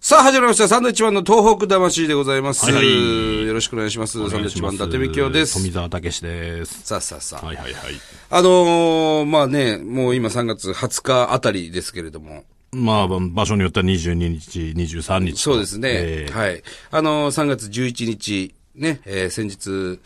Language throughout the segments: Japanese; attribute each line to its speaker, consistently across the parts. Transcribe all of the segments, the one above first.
Speaker 1: さあ、始まりました。サンドイッチマンの東北魂でございます。
Speaker 2: はいはい
Speaker 1: よろしくお願いします。サンドイッチマン、伊達美
Speaker 2: みき
Speaker 1: 京
Speaker 2: ょ
Speaker 1: です。
Speaker 2: 富澤たけしです。
Speaker 1: さあさあさあ。
Speaker 2: はいはいはい。
Speaker 1: あのー、まあね、もう今3月20日あたりですけれども。
Speaker 2: まあ、ば場所によっては22日、23日と。
Speaker 1: そうですね。
Speaker 2: えー
Speaker 1: はい。あのー、3月11日、ね、えー先日、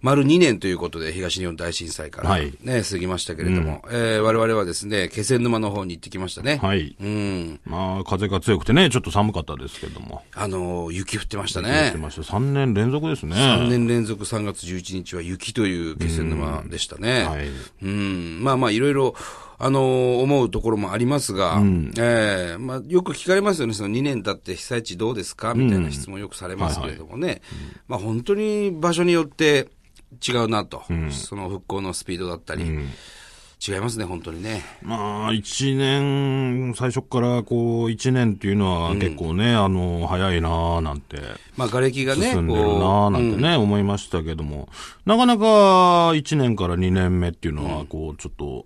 Speaker 1: 丸2年ということで、東日本大震災から、
Speaker 2: は
Speaker 1: ね
Speaker 2: い、
Speaker 1: 過ぎましたけれども、えー我々はですね、気仙沼の方に行ってきましたね。
Speaker 2: はい。
Speaker 1: うん。
Speaker 2: まあ、風が強くてね、ちょっと寒かったですけども。
Speaker 1: あのー、雪降ってました
Speaker 2: やっ
Speaker 1: ね
Speaker 2: て。ました。3年連続ですね。
Speaker 1: 3年連続3月11日は雪という気仙沼でしたね。
Speaker 2: はい
Speaker 1: うん、まあまあいろいろ、あのー思うところもありますが、ええまあよく聞かれますよね、その2年経って被災地どうですかみたいな質問よくされますけれどもね、まあ本当に場所によって違うなと、その復興のスピードだったり、違いますね、本当にね。
Speaker 2: まあ、1年、最初からこう、1年っていうのは結構ね、あの、早いなぁなんて。
Speaker 1: まあ瓦礫がね、
Speaker 2: 進んでるなぁなんてね、思いましたけども、なかなか1年から2年目っていうのは、こう、ちょっと、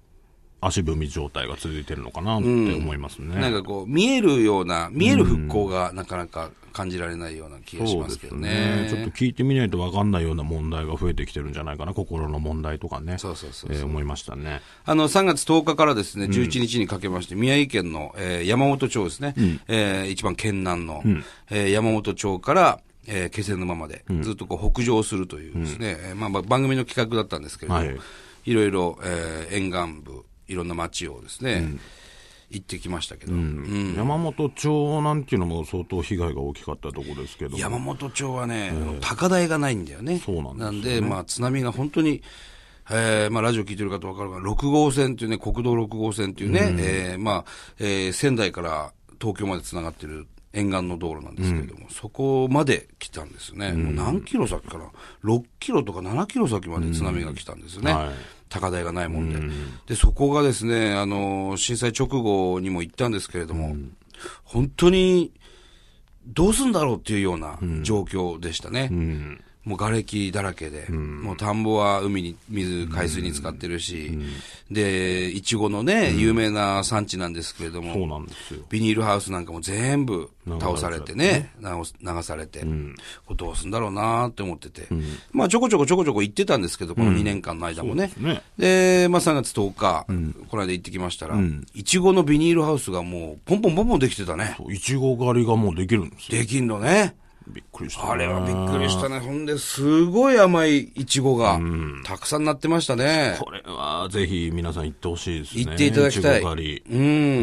Speaker 2: 足踏み状態が続いてるのかなって思いますね。
Speaker 1: なんかこう、見えるような、見える復興がなかなか感じられないような気がしますけどね。
Speaker 2: ちょっと聞いてみないと分かんないような問題が増えてきてるんじゃないかな、心の問題とかね。
Speaker 1: そうそうそう
Speaker 2: えー思いましたね。
Speaker 1: あの、3月10日からですね、11日にかけまして、宮城県の、えー山本町ですね、えー一番県南の、えー山本町から、えー気仙沼まで、ずっとこう北上するというですね、えーまあまあ番組の企画だったんですけれども、
Speaker 2: はいい、
Speaker 1: ろいろ、えー沿岸部、いろんな町をですね、行ってきましたけど、うん
Speaker 2: 山本町なんていうのも相当被害が大きかったところですけども。
Speaker 1: 山本町はね、あの高台がないんだよね。
Speaker 2: そうなんです
Speaker 1: で
Speaker 2: よね
Speaker 1: まあ津波が本当に、えー、まあラジオ聞いてる方わかるかな、6号線っていうね、国道6号線っていうね、えーまあ、えー仙台から東京まで繋がってる沿岸の道路なんですけれども、そこまで来たんですよね。もう何キロ先かな ?6 キロとか7キロ先まで津波が来たんですよね。
Speaker 2: うんはい
Speaker 1: 高台がないもんで。で、そこがですね、あの、震災直後にも行ったんですけれども、本当に、どうすんだろうっていうような状況でしたね。もう瓦礫だらけで、もう田んぼは海に、水、海水に使ってるし、で、いちごのね、有名な産地なんですけれども、
Speaker 2: そうなんですよ。
Speaker 1: ビニールハウスなんかも全部倒されてね、流す流されて、これどうすんだろうなーって思ってて、まあちょこちょこちょこちょこ行ってたんですけど、この2年間の間もね。
Speaker 2: そうですね
Speaker 1: で、まあ3月10日、この間行ってきましたら、いちごのビニールハウスがもうポンポンポンポンできてたね。
Speaker 2: そういちご狩りがもうできるんですよ。
Speaker 1: できんのね。
Speaker 2: びっくりした、
Speaker 1: あれはびっくりしたね。ほんで、すごい甘いイチゴが、たくさんなってましたね。
Speaker 2: これはぜひ皆さん行ってほしいですね。
Speaker 1: 行っていただきたい。
Speaker 2: ちご狩り。
Speaker 1: う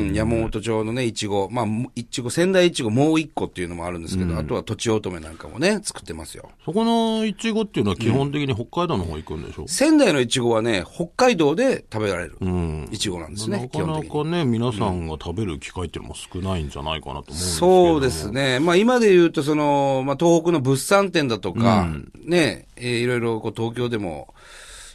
Speaker 1: ん。山本町のね、いちご。まあ、いちご、仙台いちごもう一個っていうのもあるんですけど、あとは土地乙女なんかもね、作ってますよ。
Speaker 2: そこのいちごっていうのは基本的に北海道の方行くんでしょ、
Speaker 1: 仙台のいちごはね、北海道で食べられる
Speaker 2: うん、
Speaker 1: いちごなんです
Speaker 2: な
Speaker 1: ね、基
Speaker 2: か
Speaker 1: 本
Speaker 2: な
Speaker 1: 的に。
Speaker 2: かね、皆さんが食べる機会っていうのも少ないんじゃないかなと思うんですけど
Speaker 1: そうですね。まあ今で言うと、その、まあ東北の物産展だとか、ね、えーいろいろこう東京でも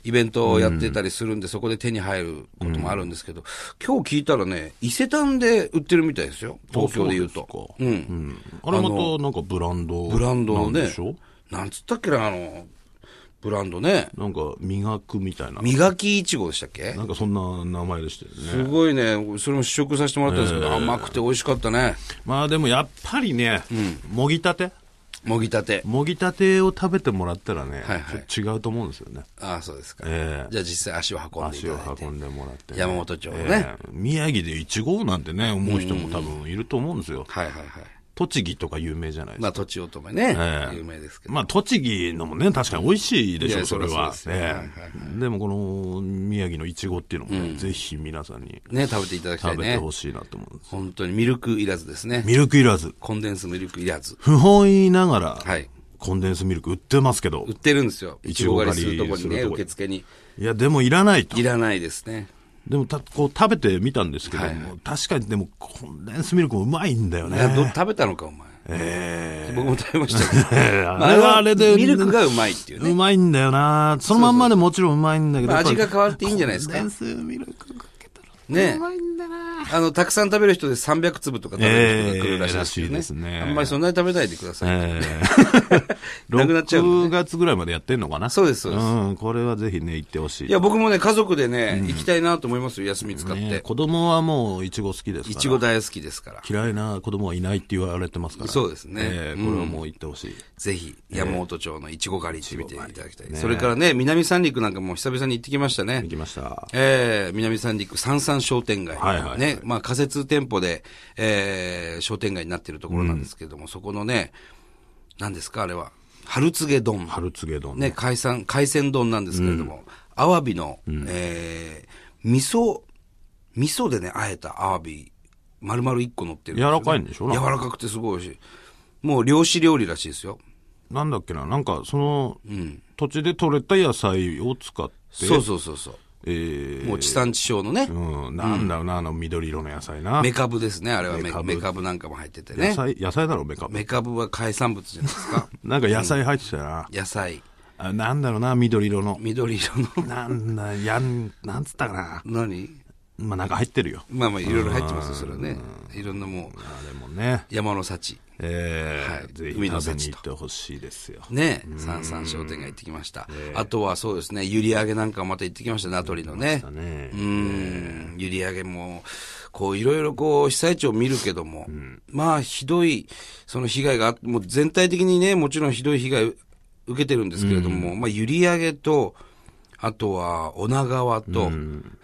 Speaker 1: イベントをやってたりするんで、そこで手に入ることもあるんですけど、今日聞いたらね、伊勢丹で売ってるみたいですよ。東京で言う
Speaker 2: あそ
Speaker 1: と。
Speaker 2: うですかうんあれまたなんかブランド
Speaker 1: ブランドの
Speaker 2: なん
Speaker 1: ね
Speaker 2: でしょ、
Speaker 1: なんつったっけな、あの、ブランドね。
Speaker 2: なんか磨くみたいな。
Speaker 1: 磨きいちごでしたっけ
Speaker 2: なんかそんな名前でしたよ
Speaker 1: す
Speaker 2: ね。
Speaker 1: ごいね、それも試食させてもらったんですけど、甘くて美味しかったね。
Speaker 2: まあでもやっぱりね、もぎたて
Speaker 1: もぎたて。
Speaker 2: もぎたてを食べてもらったらね、
Speaker 1: はいはい
Speaker 2: ちょっと違うと思うんですよね。
Speaker 1: ああ、そうですか。
Speaker 2: ええ
Speaker 1: じゃあ実際足を運んでいた
Speaker 2: 足
Speaker 1: だい
Speaker 2: を
Speaker 1: て。
Speaker 2: 運んでもらってね、
Speaker 1: 山本町のね
Speaker 2: ええ宮城でいちごなんてね、思う人も多分いると思うんですよ。
Speaker 1: はいはいはい。
Speaker 2: 栃木とか有名じゃないですか
Speaker 1: まあ、土地乙女ね、
Speaker 2: ええ
Speaker 1: 有名ですけど。
Speaker 2: まあ、栃木のもね、確かに美味しいでし
Speaker 1: い
Speaker 2: ょ
Speaker 1: や
Speaker 2: う、それ
Speaker 1: そう
Speaker 2: は
Speaker 1: で。す
Speaker 2: え
Speaker 1: そうですはい
Speaker 2: えでも、この宮城のいちごっていうのもね、ぜひ皆さんに
Speaker 1: ね、食べていただきたい
Speaker 2: 食べて
Speaker 1: ね。
Speaker 2: ほしいなと思うんです。
Speaker 1: 本当にミルクいらずですね。
Speaker 2: ミルクいらず、
Speaker 1: コンデンスミルクいらず。
Speaker 2: 不本意ながら、
Speaker 1: はい。
Speaker 2: コンデンスミルク売ってますけど
Speaker 1: 売っ、てるんですよ。い
Speaker 2: い
Speaker 1: ち
Speaker 2: ち
Speaker 1: ご
Speaker 2: ご
Speaker 1: 狩
Speaker 2: 狩
Speaker 1: り
Speaker 2: り
Speaker 1: するとこに
Speaker 2: する
Speaker 1: ね、
Speaker 2: とこに
Speaker 1: 受付に。
Speaker 2: いや、でもいらないと
Speaker 1: い。らないですね。
Speaker 2: でもた、こう食べてみたんですけども、確かにでも、コンデンスミルクもうまいんだよ
Speaker 1: いやど
Speaker 2: ね。
Speaker 1: 食べたのか、お前。
Speaker 2: ええ
Speaker 1: 僕も食べましたけど。ま
Speaker 2: あれはあれで、
Speaker 1: ミルクがうまいっていうね。
Speaker 2: うまいんだよなそのまんまでもちろんうまいんだけど、
Speaker 1: まあ
Speaker 2: やっぱり
Speaker 1: 味が変わっていいんじゃないですか
Speaker 2: コンデンスミルクかけたら
Speaker 1: ね
Speaker 2: うまいんだな
Speaker 1: あの、たくさん食べる人で300粒とか食べる人が来るらしいです
Speaker 2: ええらしい
Speaker 1: よね。
Speaker 2: ですね
Speaker 1: あんまりそんなに食べないでくだ さい。
Speaker 2: ええ
Speaker 1: なくなっちゃうんでね
Speaker 2: 6月ぐらいまでやってんのかな
Speaker 1: そうですそうです
Speaker 2: ん、これはぜひね、行ってほしい。
Speaker 1: いや、僕もね、家族でね、行きたいなと思いますよ、休み使っ
Speaker 2: ね、
Speaker 1: て。
Speaker 2: 子供はもう、いちご好きですから。
Speaker 1: いちご大好きですから。
Speaker 2: 嫌いな子供はいないって言われてますから。
Speaker 1: そうですね
Speaker 2: ええこれはもう行ってほしい。
Speaker 1: ぜひ、山本町のいちご狩り行ってみていただきたい。それからね、南三陸なんかも久々に行ってきましたね
Speaker 2: 行。きました。
Speaker 1: えー、南三陸三三商店街。
Speaker 2: はいはいはい
Speaker 1: ね。まあ仮設店舗で、えー、商店街になってるところなんですけれども、そこのね、何ですかあれは。春告丼。
Speaker 2: 春告げ丼。
Speaker 1: ね、海鮮、海鮮丼なんですけれども、アワビの、えー、味噌、味噌でね、あえたアワビ、丸々1個乗ってるんですよ、
Speaker 2: 柔らかいんでしょ
Speaker 1: 柔らかくてすごい美味しい。もう漁師料理らしいですよ。
Speaker 2: なんだっけな、なんか、その、土地で採れた野菜を使って、
Speaker 1: そうそうそうそう。
Speaker 2: えー
Speaker 1: もう地産地消のね、
Speaker 2: うん、なんだろうな、あの緑色の野菜な。
Speaker 1: メカブですね。あれはメ
Speaker 2: メ
Speaker 1: カ
Speaker 2: カ
Speaker 1: ブ
Speaker 2: ブ
Speaker 1: メカブなんかも入ってて
Speaker 2: 野
Speaker 1: ね。
Speaker 2: 菜、野菜だろ、メカブ。
Speaker 1: メカブは海産物じゃないです か。
Speaker 2: なんか野菜入ってたよな。
Speaker 1: 野菜、
Speaker 2: あなんだろうな、緑色の。
Speaker 1: 緑色の、
Speaker 2: なんだ、やん、なんつったかな。
Speaker 1: 何
Speaker 2: まあなんか入ってるよ。
Speaker 1: まあまあいろいろ入ってますよ、それはね。いろんなもう、
Speaker 2: あれもね。
Speaker 1: 山の幸。
Speaker 2: えー
Speaker 1: はい
Speaker 2: ぜひ
Speaker 1: 海の
Speaker 2: 食べ
Speaker 1: 幸
Speaker 2: に
Speaker 1: と
Speaker 2: 行ってほしいですよ。
Speaker 1: ね、三三商店街行ってきました。あとはそうですね、閖上げなんかもまた行ってきました、名取のね
Speaker 2: だ。ね
Speaker 1: う。ん、閖上げも、こういろいろこう被災地を見るけども、まあひどい、その被害があっ、もう全体的にね、もちろんひどい被害受けてるんですけれども、まあ閖上げと、あとは女川と、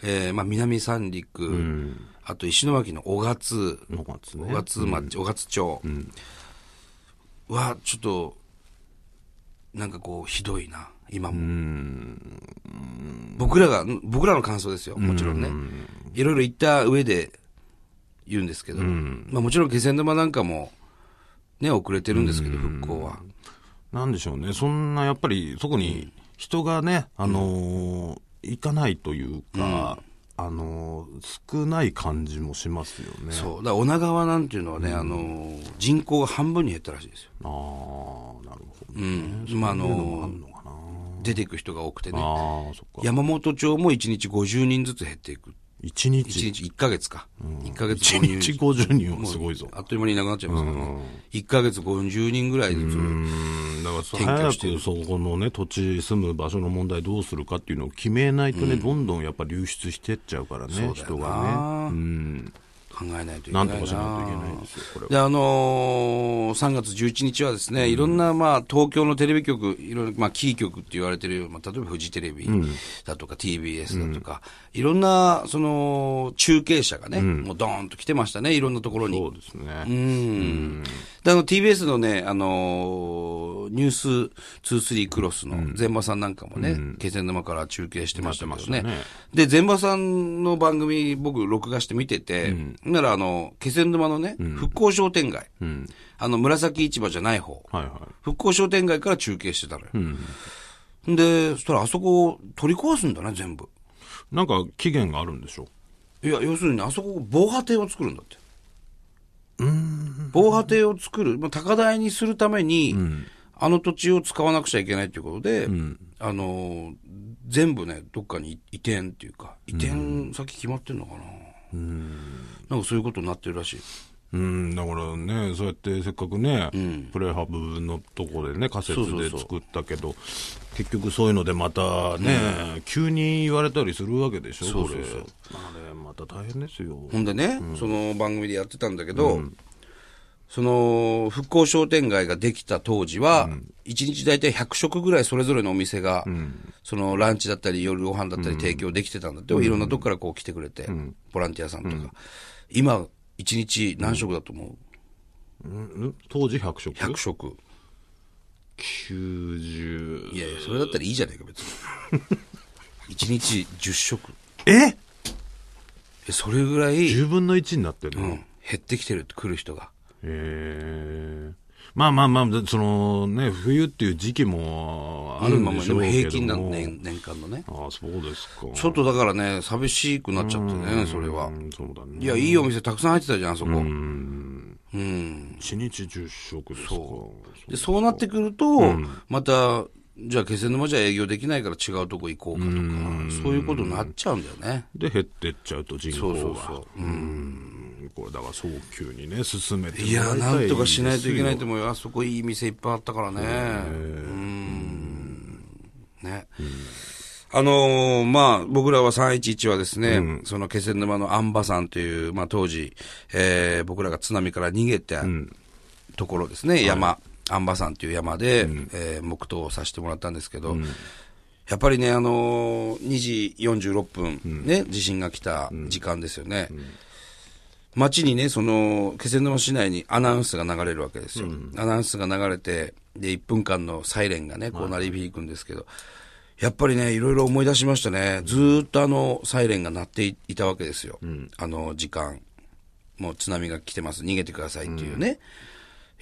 Speaker 1: えーまあ南三陸、あと石巻の小勝、
Speaker 2: 5月
Speaker 1: 小
Speaker 2: ね。
Speaker 1: 勝町、小勝町は、ちょっと、なんかこう、ひどいな、今も。僕らが、僕らの感想ですよ、もちろんね。いろいろ言った上で言うんですけど、まあもちろん気仙沼なんかも、ね、遅れてるんですけど、復興は。
Speaker 2: なんでしょうね。そんな、やっぱり、そこに人がね、あのー行かないというか、あのー少ない感じもしますよね。
Speaker 1: そう。だから女川なんていうのはね、あのー、人口が半分に減ったらしいですよ。
Speaker 2: ああ、なるほど
Speaker 1: う
Speaker 2: ね。
Speaker 1: ん。まああのー、
Speaker 2: のかな
Speaker 1: 出ていく人が多くてね。
Speaker 2: ああ、そっか。
Speaker 1: 山本町も1日50人ずつ減っていく。
Speaker 2: 一
Speaker 1: 一
Speaker 2: 日、
Speaker 1: 日、一ヶ月か。一ヶ月
Speaker 2: 一
Speaker 1: 50
Speaker 2: 日50人はすごいぞ。
Speaker 1: あっという間にいなくなっちゃいますからね。一ヶ月50人ぐらいずつ
Speaker 2: うんだからそう
Speaker 1: 転居
Speaker 2: 早
Speaker 1: してる
Speaker 2: くそこのね、土地、住む場所の問題どうするかっていうのを決めないとね、どんどんやっぱ流出してっちゃうからね、人がね。
Speaker 1: あ
Speaker 2: うん。
Speaker 1: ー考えないといけな
Speaker 2: ないんとかしないといけない
Speaker 1: な
Speaker 2: ですよ、これは。
Speaker 1: で、あのー、3月11日はですね、いろんな、まあ、東京のテレビ局、いろいろ、まあ、キー局って言われてる、まあ、例えばフジテレビだとか、TBS だとか、いろんな、その、中継車がね、もうドーンと来てましたね、いろんなところに。
Speaker 2: そうですね。
Speaker 1: うん。で、あの、TBS のね、あのーニュース23クロスの全場さんなんかもね、気仙沼から中継してましたけどね。
Speaker 2: やってま
Speaker 1: で、全場さんの番組、僕、録画して見てて、なら、あの、気仙沼のね、復興商店街、あの、紫市場じゃない方、
Speaker 2: はいはい。
Speaker 1: 復興商店街から中継してたのよ。で、そしたら、あそこを取り壊すんだね、全部。
Speaker 2: なんか期限があるんでしょ
Speaker 1: いや、要するに、あそこ、防波堤を作るんだって。防波堤を作る、まあ、高台にするために、あの土地を使わなくちゃいけないということで、あのー全部ね、どっかに移転っていうか、移転先決まってんのかな。なんかそういうことになってるらしい。
Speaker 2: うん、だからね、そうやってせっかくね、プレハブのとこでね、仮設
Speaker 1: そうそう
Speaker 2: で
Speaker 1: そう
Speaker 2: 作ったけど、結局そういうのでまたね、急に言われたりするわけでしょ、そうそうそうあれ、また大変ですよ。
Speaker 1: ほんでね、その番組でやってたんだけど、その復興商店街ができた当時は、一日大体100食ぐらいそれぞれのお店が、そのランチだったり夜ご飯だったり提供できてたんだって、いろんなとこからこう来てくれて、ボランティアさんとか。今、一日何食だと思う、
Speaker 2: うん当時100食
Speaker 1: ?100 食。
Speaker 2: 90
Speaker 1: いやいや、それだったらいいじゃないか、 別に。一日10食。
Speaker 2: え
Speaker 1: えそれぐらい、
Speaker 2: 10分の1になってる
Speaker 1: う
Speaker 2: の、
Speaker 1: ん減ってきてるって来る人が。
Speaker 2: ええまあまあまあ、そのね、冬っていう時期もあるん
Speaker 1: まあ
Speaker 2: で
Speaker 1: まあ
Speaker 2: し
Speaker 1: で
Speaker 2: ょう
Speaker 1: も
Speaker 2: けども、
Speaker 1: 平均なんね、年間のね。
Speaker 2: ああ、そうですか。
Speaker 1: ちょっとだからね、寂しくなっちゃってね、それは
Speaker 2: う。んそうだね。
Speaker 1: いや、いいお店たくさん入ってたじゃん、あそこ。うん。
Speaker 2: 1日10食ですか。そう
Speaker 1: で、そうなってくると、また、じゃあ気仙沼じゃ営業できないから違うとこ行こうかとか、そういうことになっちゃうんだよね。
Speaker 2: で減ってっちゃうと人口
Speaker 1: そう
Speaker 2: が
Speaker 1: そうそう。
Speaker 2: うんこれだから早急にね進めて
Speaker 1: いや、
Speaker 2: もら
Speaker 1: な
Speaker 2: た
Speaker 1: んとかしないといけない
Speaker 2: です
Speaker 1: と
Speaker 2: よ
Speaker 1: 思うよ。あそこいい店いっぱいあったからね。うん。ね。あのーまあ、僕らは311はですね、その気仙沼のアンバさんという、まあ当時、えー僕らが津波から逃げたところですね、山、アンバさんという山で、えー黙祷をさせてもらったんですけど、やっぱりね、あのー2時46分、ね、地震が来た時間ですよね。街にね、その、気仙沼市内にアナウンスが流れるわけですよ。アナウンスが流れて、で、1分間のサイレンがね、こう鳴り響くんですけど、やっぱりね、いろいろ思い出しましたね。ずーっとあの、サイレンが鳴っていいたわけですよ。あの時間。もう津波が来てます。逃げてくださいっていうね。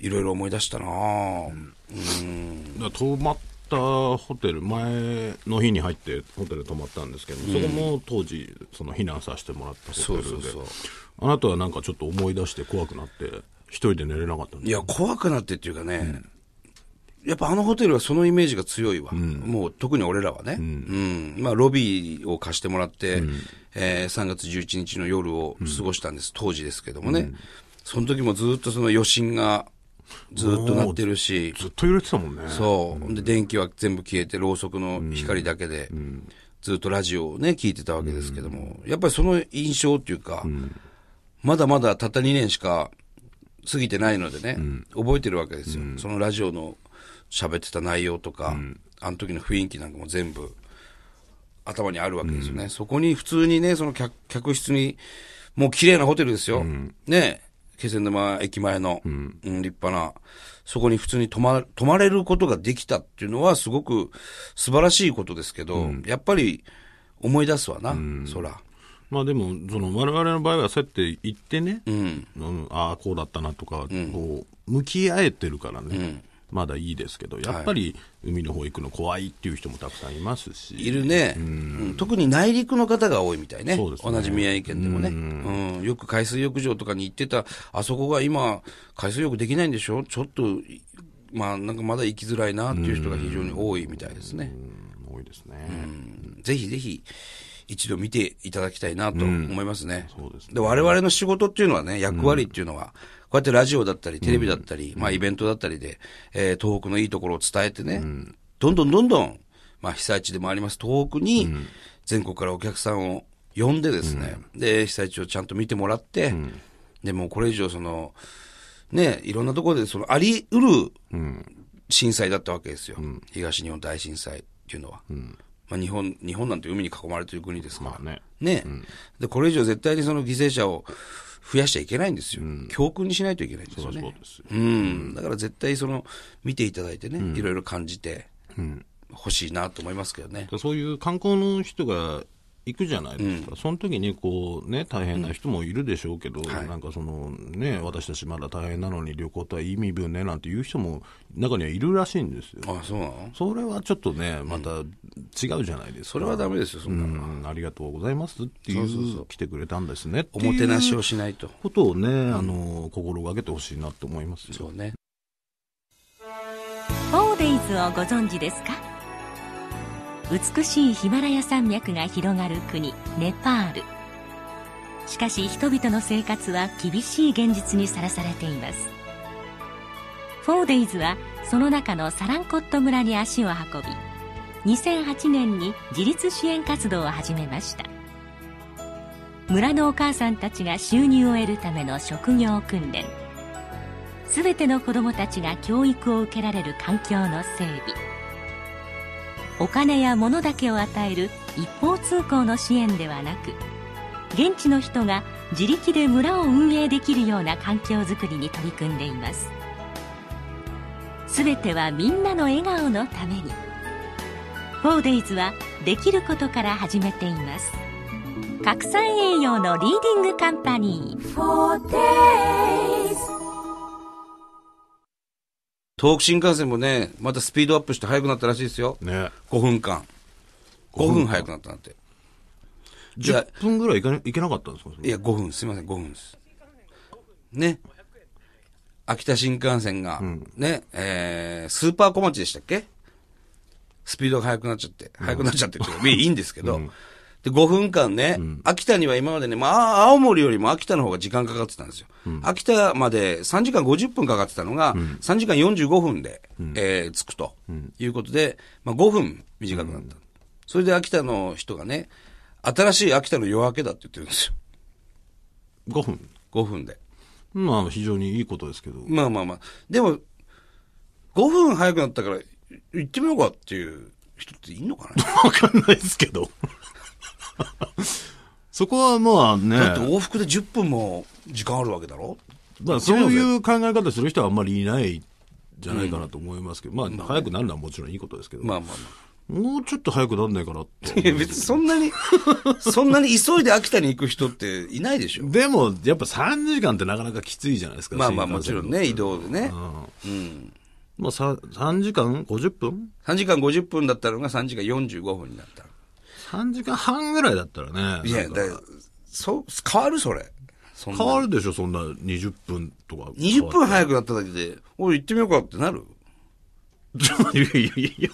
Speaker 1: いろいろ思い出したなぁ。うん。
Speaker 2: だから泊まったホテル前の日に入ってホテル泊まったんですけど、そこも当時その避難させてもらったホテルで
Speaker 1: そうそうそう
Speaker 2: あなたはなんかちょっと思い出して怖くなって一人で寝れなかったん
Speaker 1: い
Speaker 2: で
Speaker 1: や、怖くなってっていうかね、やっぱあのホテルはそのイメージが強いわ。もう特に俺らはね。うん。まあ、ロビーを貸してもらって、えー3月11日の夜を過ごしたんです。当時ですけどもね。その時もずっとその余震がずっと鳴ってるし。
Speaker 2: ずっと揺れてたもんね
Speaker 1: そう。で、電気は全部消えて、ろうそくの光だけで、ずっとラジオをね、聞いてたわけですけども、やっぱりその印象っていうか、まだまだたった2年しか過ぎてないのでね、覚えてるわけですよ。そのラジオの喋ってた内容とか、あの時の雰囲気なんかも全部、頭にあるわけですよね。そこに普通にね、その客客室に、もう綺麗なホテルですよ。ね気仙沼駅前の、うん立派な、そこに普通に泊ま泊まれることができたっていうのはすごく素晴らしいことですけど、やっぱり思い出すわな、そら。
Speaker 2: まあでもその我々の場合はそうやって行ってね、
Speaker 1: うん。
Speaker 2: うん、ああこうだったなとか、こう向き合えてるからね、まだいいですけどやっぱり海の方行くの怖いっていう人もたくさんいますし
Speaker 1: いるね、うん特に内陸の方が多いみたいね。
Speaker 2: そうですね
Speaker 1: 同じ宮城県でもね、うんよく海水浴場とかに行ってた、あそこが今、海水浴できないんでしょちょっと、まあなんかまだ行きづらいなっていう人が非常に多いみたいですね。
Speaker 2: うん多いですね、
Speaker 1: うんぜひぜひ、一度見ていただきたいなと思いますね。
Speaker 2: そうですね
Speaker 1: で、我々の仕事っていうのはね、役割っていうのは、こうやってラジオだったり、テレビだったり、まあイベントだったりで、えー東北のいいところを伝えてね、どんどんどんどん、まあ被災地でもあります、東北に、全国からお客さんを呼んでですね、で、被災地をちゃんと見てもらって、で、もうこれ以上その、ね、いろんなところで、その、あり得る震災だったわけですよ。東日本大震災っていうのは。まあ、日本、日本なんて海に囲まれてる国ですから。
Speaker 2: まあね
Speaker 1: ね、で、これ以上絶対にその犠牲者を増やしちゃいけないんですよ。教訓にしないといけないんですよね。
Speaker 2: そうですよ
Speaker 1: うん。だから絶対その、見ていただいてね、いろいろ感じて、欲しいなと思いますけどね。
Speaker 2: そういう観光の人が行くじゃないですか、その時にこうね大変な人もいるでしょうけど、なんかそのね私たちまだ大変なのに旅行とは意味分ねなんていう人も中にはいるらしいんですよ。
Speaker 1: あ、そうなの
Speaker 2: それはちょっとね、また違うじゃないですか。
Speaker 1: それはダメですよ、そん
Speaker 2: う
Speaker 1: な。
Speaker 2: ん、ありがとうございますっていう、来てくれたんですねって
Speaker 1: お
Speaker 2: いう
Speaker 1: もてなしをしないと。
Speaker 2: ことをね、あの、心がけてほしいなと思いますよ。
Speaker 1: そうね。
Speaker 3: フォーデイズをご存知ですか美しいヒマラヤ山脈が広がる国ネパールしかし人々の生活は厳しい現実にさらされていますフォーデイズはその中のサランコット村に足を運び2008年に自立支援活動を始めました村のお母さんたちが収入を得るための職業訓練全ての子どもたちが教育を受けられる環境の整備お金や物だけを与える一方通行の支援ではなく現地の人が自力で村を運営できるような環境づくりに取り組んでいます全てはみんなの笑顔のために 4days はできることから始めています拡散栄養のリーディングカンパニー
Speaker 1: 東北新幹線もね、またスピードアップして速くなったらしいですよ。
Speaker 2: ね。
Speaker 1: 5分間。5分早くなったなんて。じゃあ
Speaker 2: 10分ぐらい行かね行けなかったんですか
Speaker 1: いや、5分、すみません、5分です。ね。秋田新幹線が、ね、えー、スーパー小町でしたっけスピードが速くなっちゃって、速くなっちゃってっていう か、いいんですけど、で、5分間ね、秋田には今までね、まあ、青森よりも秋田の方が時間かかってたんですよ。秋田まで3時間50分かかってたのが、3時間45分で、えー着くということで、まあ、5分短くなった。それで秋田の人がね、新しい秋田の夜明けだって言ってるんですよ。
Speaker 2: 5分。
Speaker 1: 5分で。
Speaker 2: まあ、非常にいいことですけど。
Speaker 1: まあまあまあ。でも、5分早くなったから、行ってみようかっていう人っていんのかな
Speaker 2: わかんないですけど。 そこはまあね、
Speaker 1: だって往復で10分も時間あるわけだろ
Speaker 2: まあ、そういう考え方する人はあんまりいないんじゃないかなと思いますけど、まあ、早くなるのはもちろんいいことですけど、
Speaker 1: まあまあま
Speaker 2: もうちょっと早くなんないかなって
Speaker 1: あ。いや、別にそんなに、そんなに急いで秋田に行く人っていないでしょ。
Speaker 2: でも、やっぱ3時間ってなかなかきついじゃないですか。
Speaker 1: まあまあ
Speaker 2: 新
Speaker 1: も
Speaker 2: 幹
Speaker 1: ち
Speaker 2: 線
Speaker 1: ろんね、移動でね。
Speaker 2: まあ、さ3時間 ?50 分
Speaker 1: 3時間50分だったのが3時間45分になった。
Speaker 2: ?3 時間半ぐらいだったらね。
Speaker 1: いや、
Speaker 2: なん
Speaker 1: だ
Speaker 2: か
Speaker 1: そう、変わるそれ。そんな
Speaker 2: 変わるでしょ、そんな20分とか。
Speaker 1: 20分早くなっただけで、おい行ってみようかってなる
Speaker 2: く。 いやいやいやいや。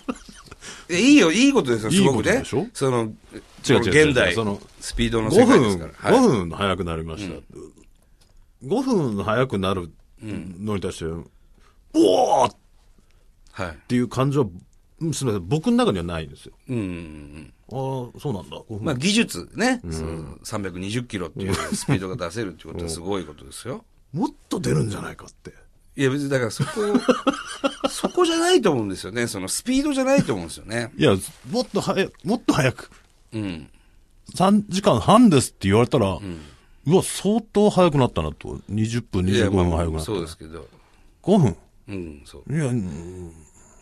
Speaker 1: いやいいよ、いいことですよ、すごく
Speaker 2: い
Speaker 1: ね。
Speaker 2: いことでしょ
Speaker 1: その、
Speaker 2: 違う違う違う
Speaker 1: 現代、
Speaker 2: その
Speaker 1: スピードの世
Speaker 2: 5
Speaker 1: 界ですか
Speaker 2: 分、
Speaker 1: ら。はい、
Speaker 2: 5分早くなりました。5分早くなるのに対して、おーっ
Speaker 1: はい。
Speaker 2: ていう感じは、うんすみません、僕の中にはないんですよ。
Speaker 1: うんうんうん。
Speaker 2: ああ、そうなんだ。5分
Speaker 1: まあ、技術ね、その320キロっていうスピードが出せるってことはすごいことですよ。
Speaker 2: もっと出るんじゃないかって。
Speaker 1: いや別にだから そこ、そこじゃないと思うんですよね。そのスピードじゃないと思うんですよね。
Speaker 2: いや、もっと早く、もっと早く、
Speaker 1: うん。
Speaker 2: 3時間半ですって言われたら、うわ、相当早くなったなと。20分、
Speaker 1: いや
Speaker 2: 25分早くなった。
Speaker 1: そうですけど。
Speaker 2: 5分。
Speaker 1: うん、そう。
Speaker 2: いや、うん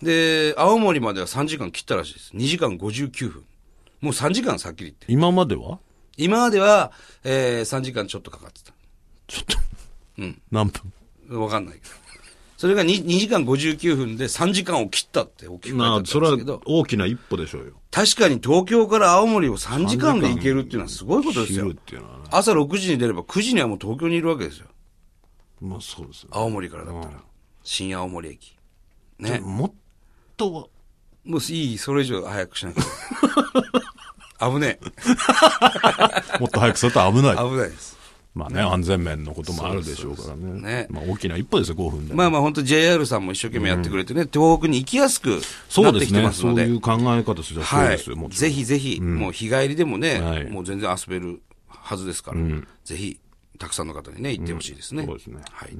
Speaker 1: で、青森までは3時間切ったらしいです。2時間59分。もう3時間さっきり言って。
Speaker 2: 今までは
Speaker 1: 今までは、えー、3時間ちょっとかかってた。
Speaker 2: ちょっと、
Speaker 1: うん
Speaker 2: 何分
Speaker 1: わかんないけど。それが 2, 2時間59分で3時間を切ったって大きく書いてあ
Speaker 2: ま
Speaker 1: ったん
Speaker 2: あ、
Speaker 1: です
Speaker 2: それは
Speaker 1: けど、
Speaker 2: 大きな一歩でしょうよ。
Speaker 1: 確かに東京から青森を3時間で行けるっていうのはすごいことですよ
Speaker 2: 昼っ。ていうのはね。
Speaker 1: 朝6時に出れば9時にはもう東京にいるわけですよ。
Speaker 2: まあ、そうですよ
Speaker 1: 青森からだったら。新青森駅。
Speaker 2: ね。
Speaker 1: ね。
Speaker 2: もっとは、
Speaker 1: もういい、それ以上早くしなきゃ。 危ねえ。
Speaker 2: もっと早くすると危ない。
Speaker 1: 危ないです。
Speaker 2: まあね、安全面のこともあるでしょうからね。
Speaker 1: ね
Speaker 2: まあ、大きな一歩ですよ、5分で。
Speaker 1: まあまあ本当 JR さんも一生懸命やってくれてね、東北に行きやすく
Speaker 2: そ
Speaker 1: な
Speaker 2: う
Speaker 1: っ
Speaker 2: で
Speaker 1: てき
Speaker 2: す
Speaker 1: て
Speaker 2: ね。
Speaker 1: ます
Speaker 2: そ
Speaker 1: の
Speaker 2: う
Speaker 1: で。
Speaker 2: いう考え方するそう
Speaker 1: は
Speaker 2: で
Speaker 1: い
Speaker 2: すよ、も。ちろん。
Speaker 1: ぜひぜひ、もう日帰りでもね、
Speaker 2: はい
Speaker 1: もう全然遊べるはずですから、ぜひ、たくさんの方にね、行ってほしいですね。
Speaker 2: そうですね
Speaker 1: はい。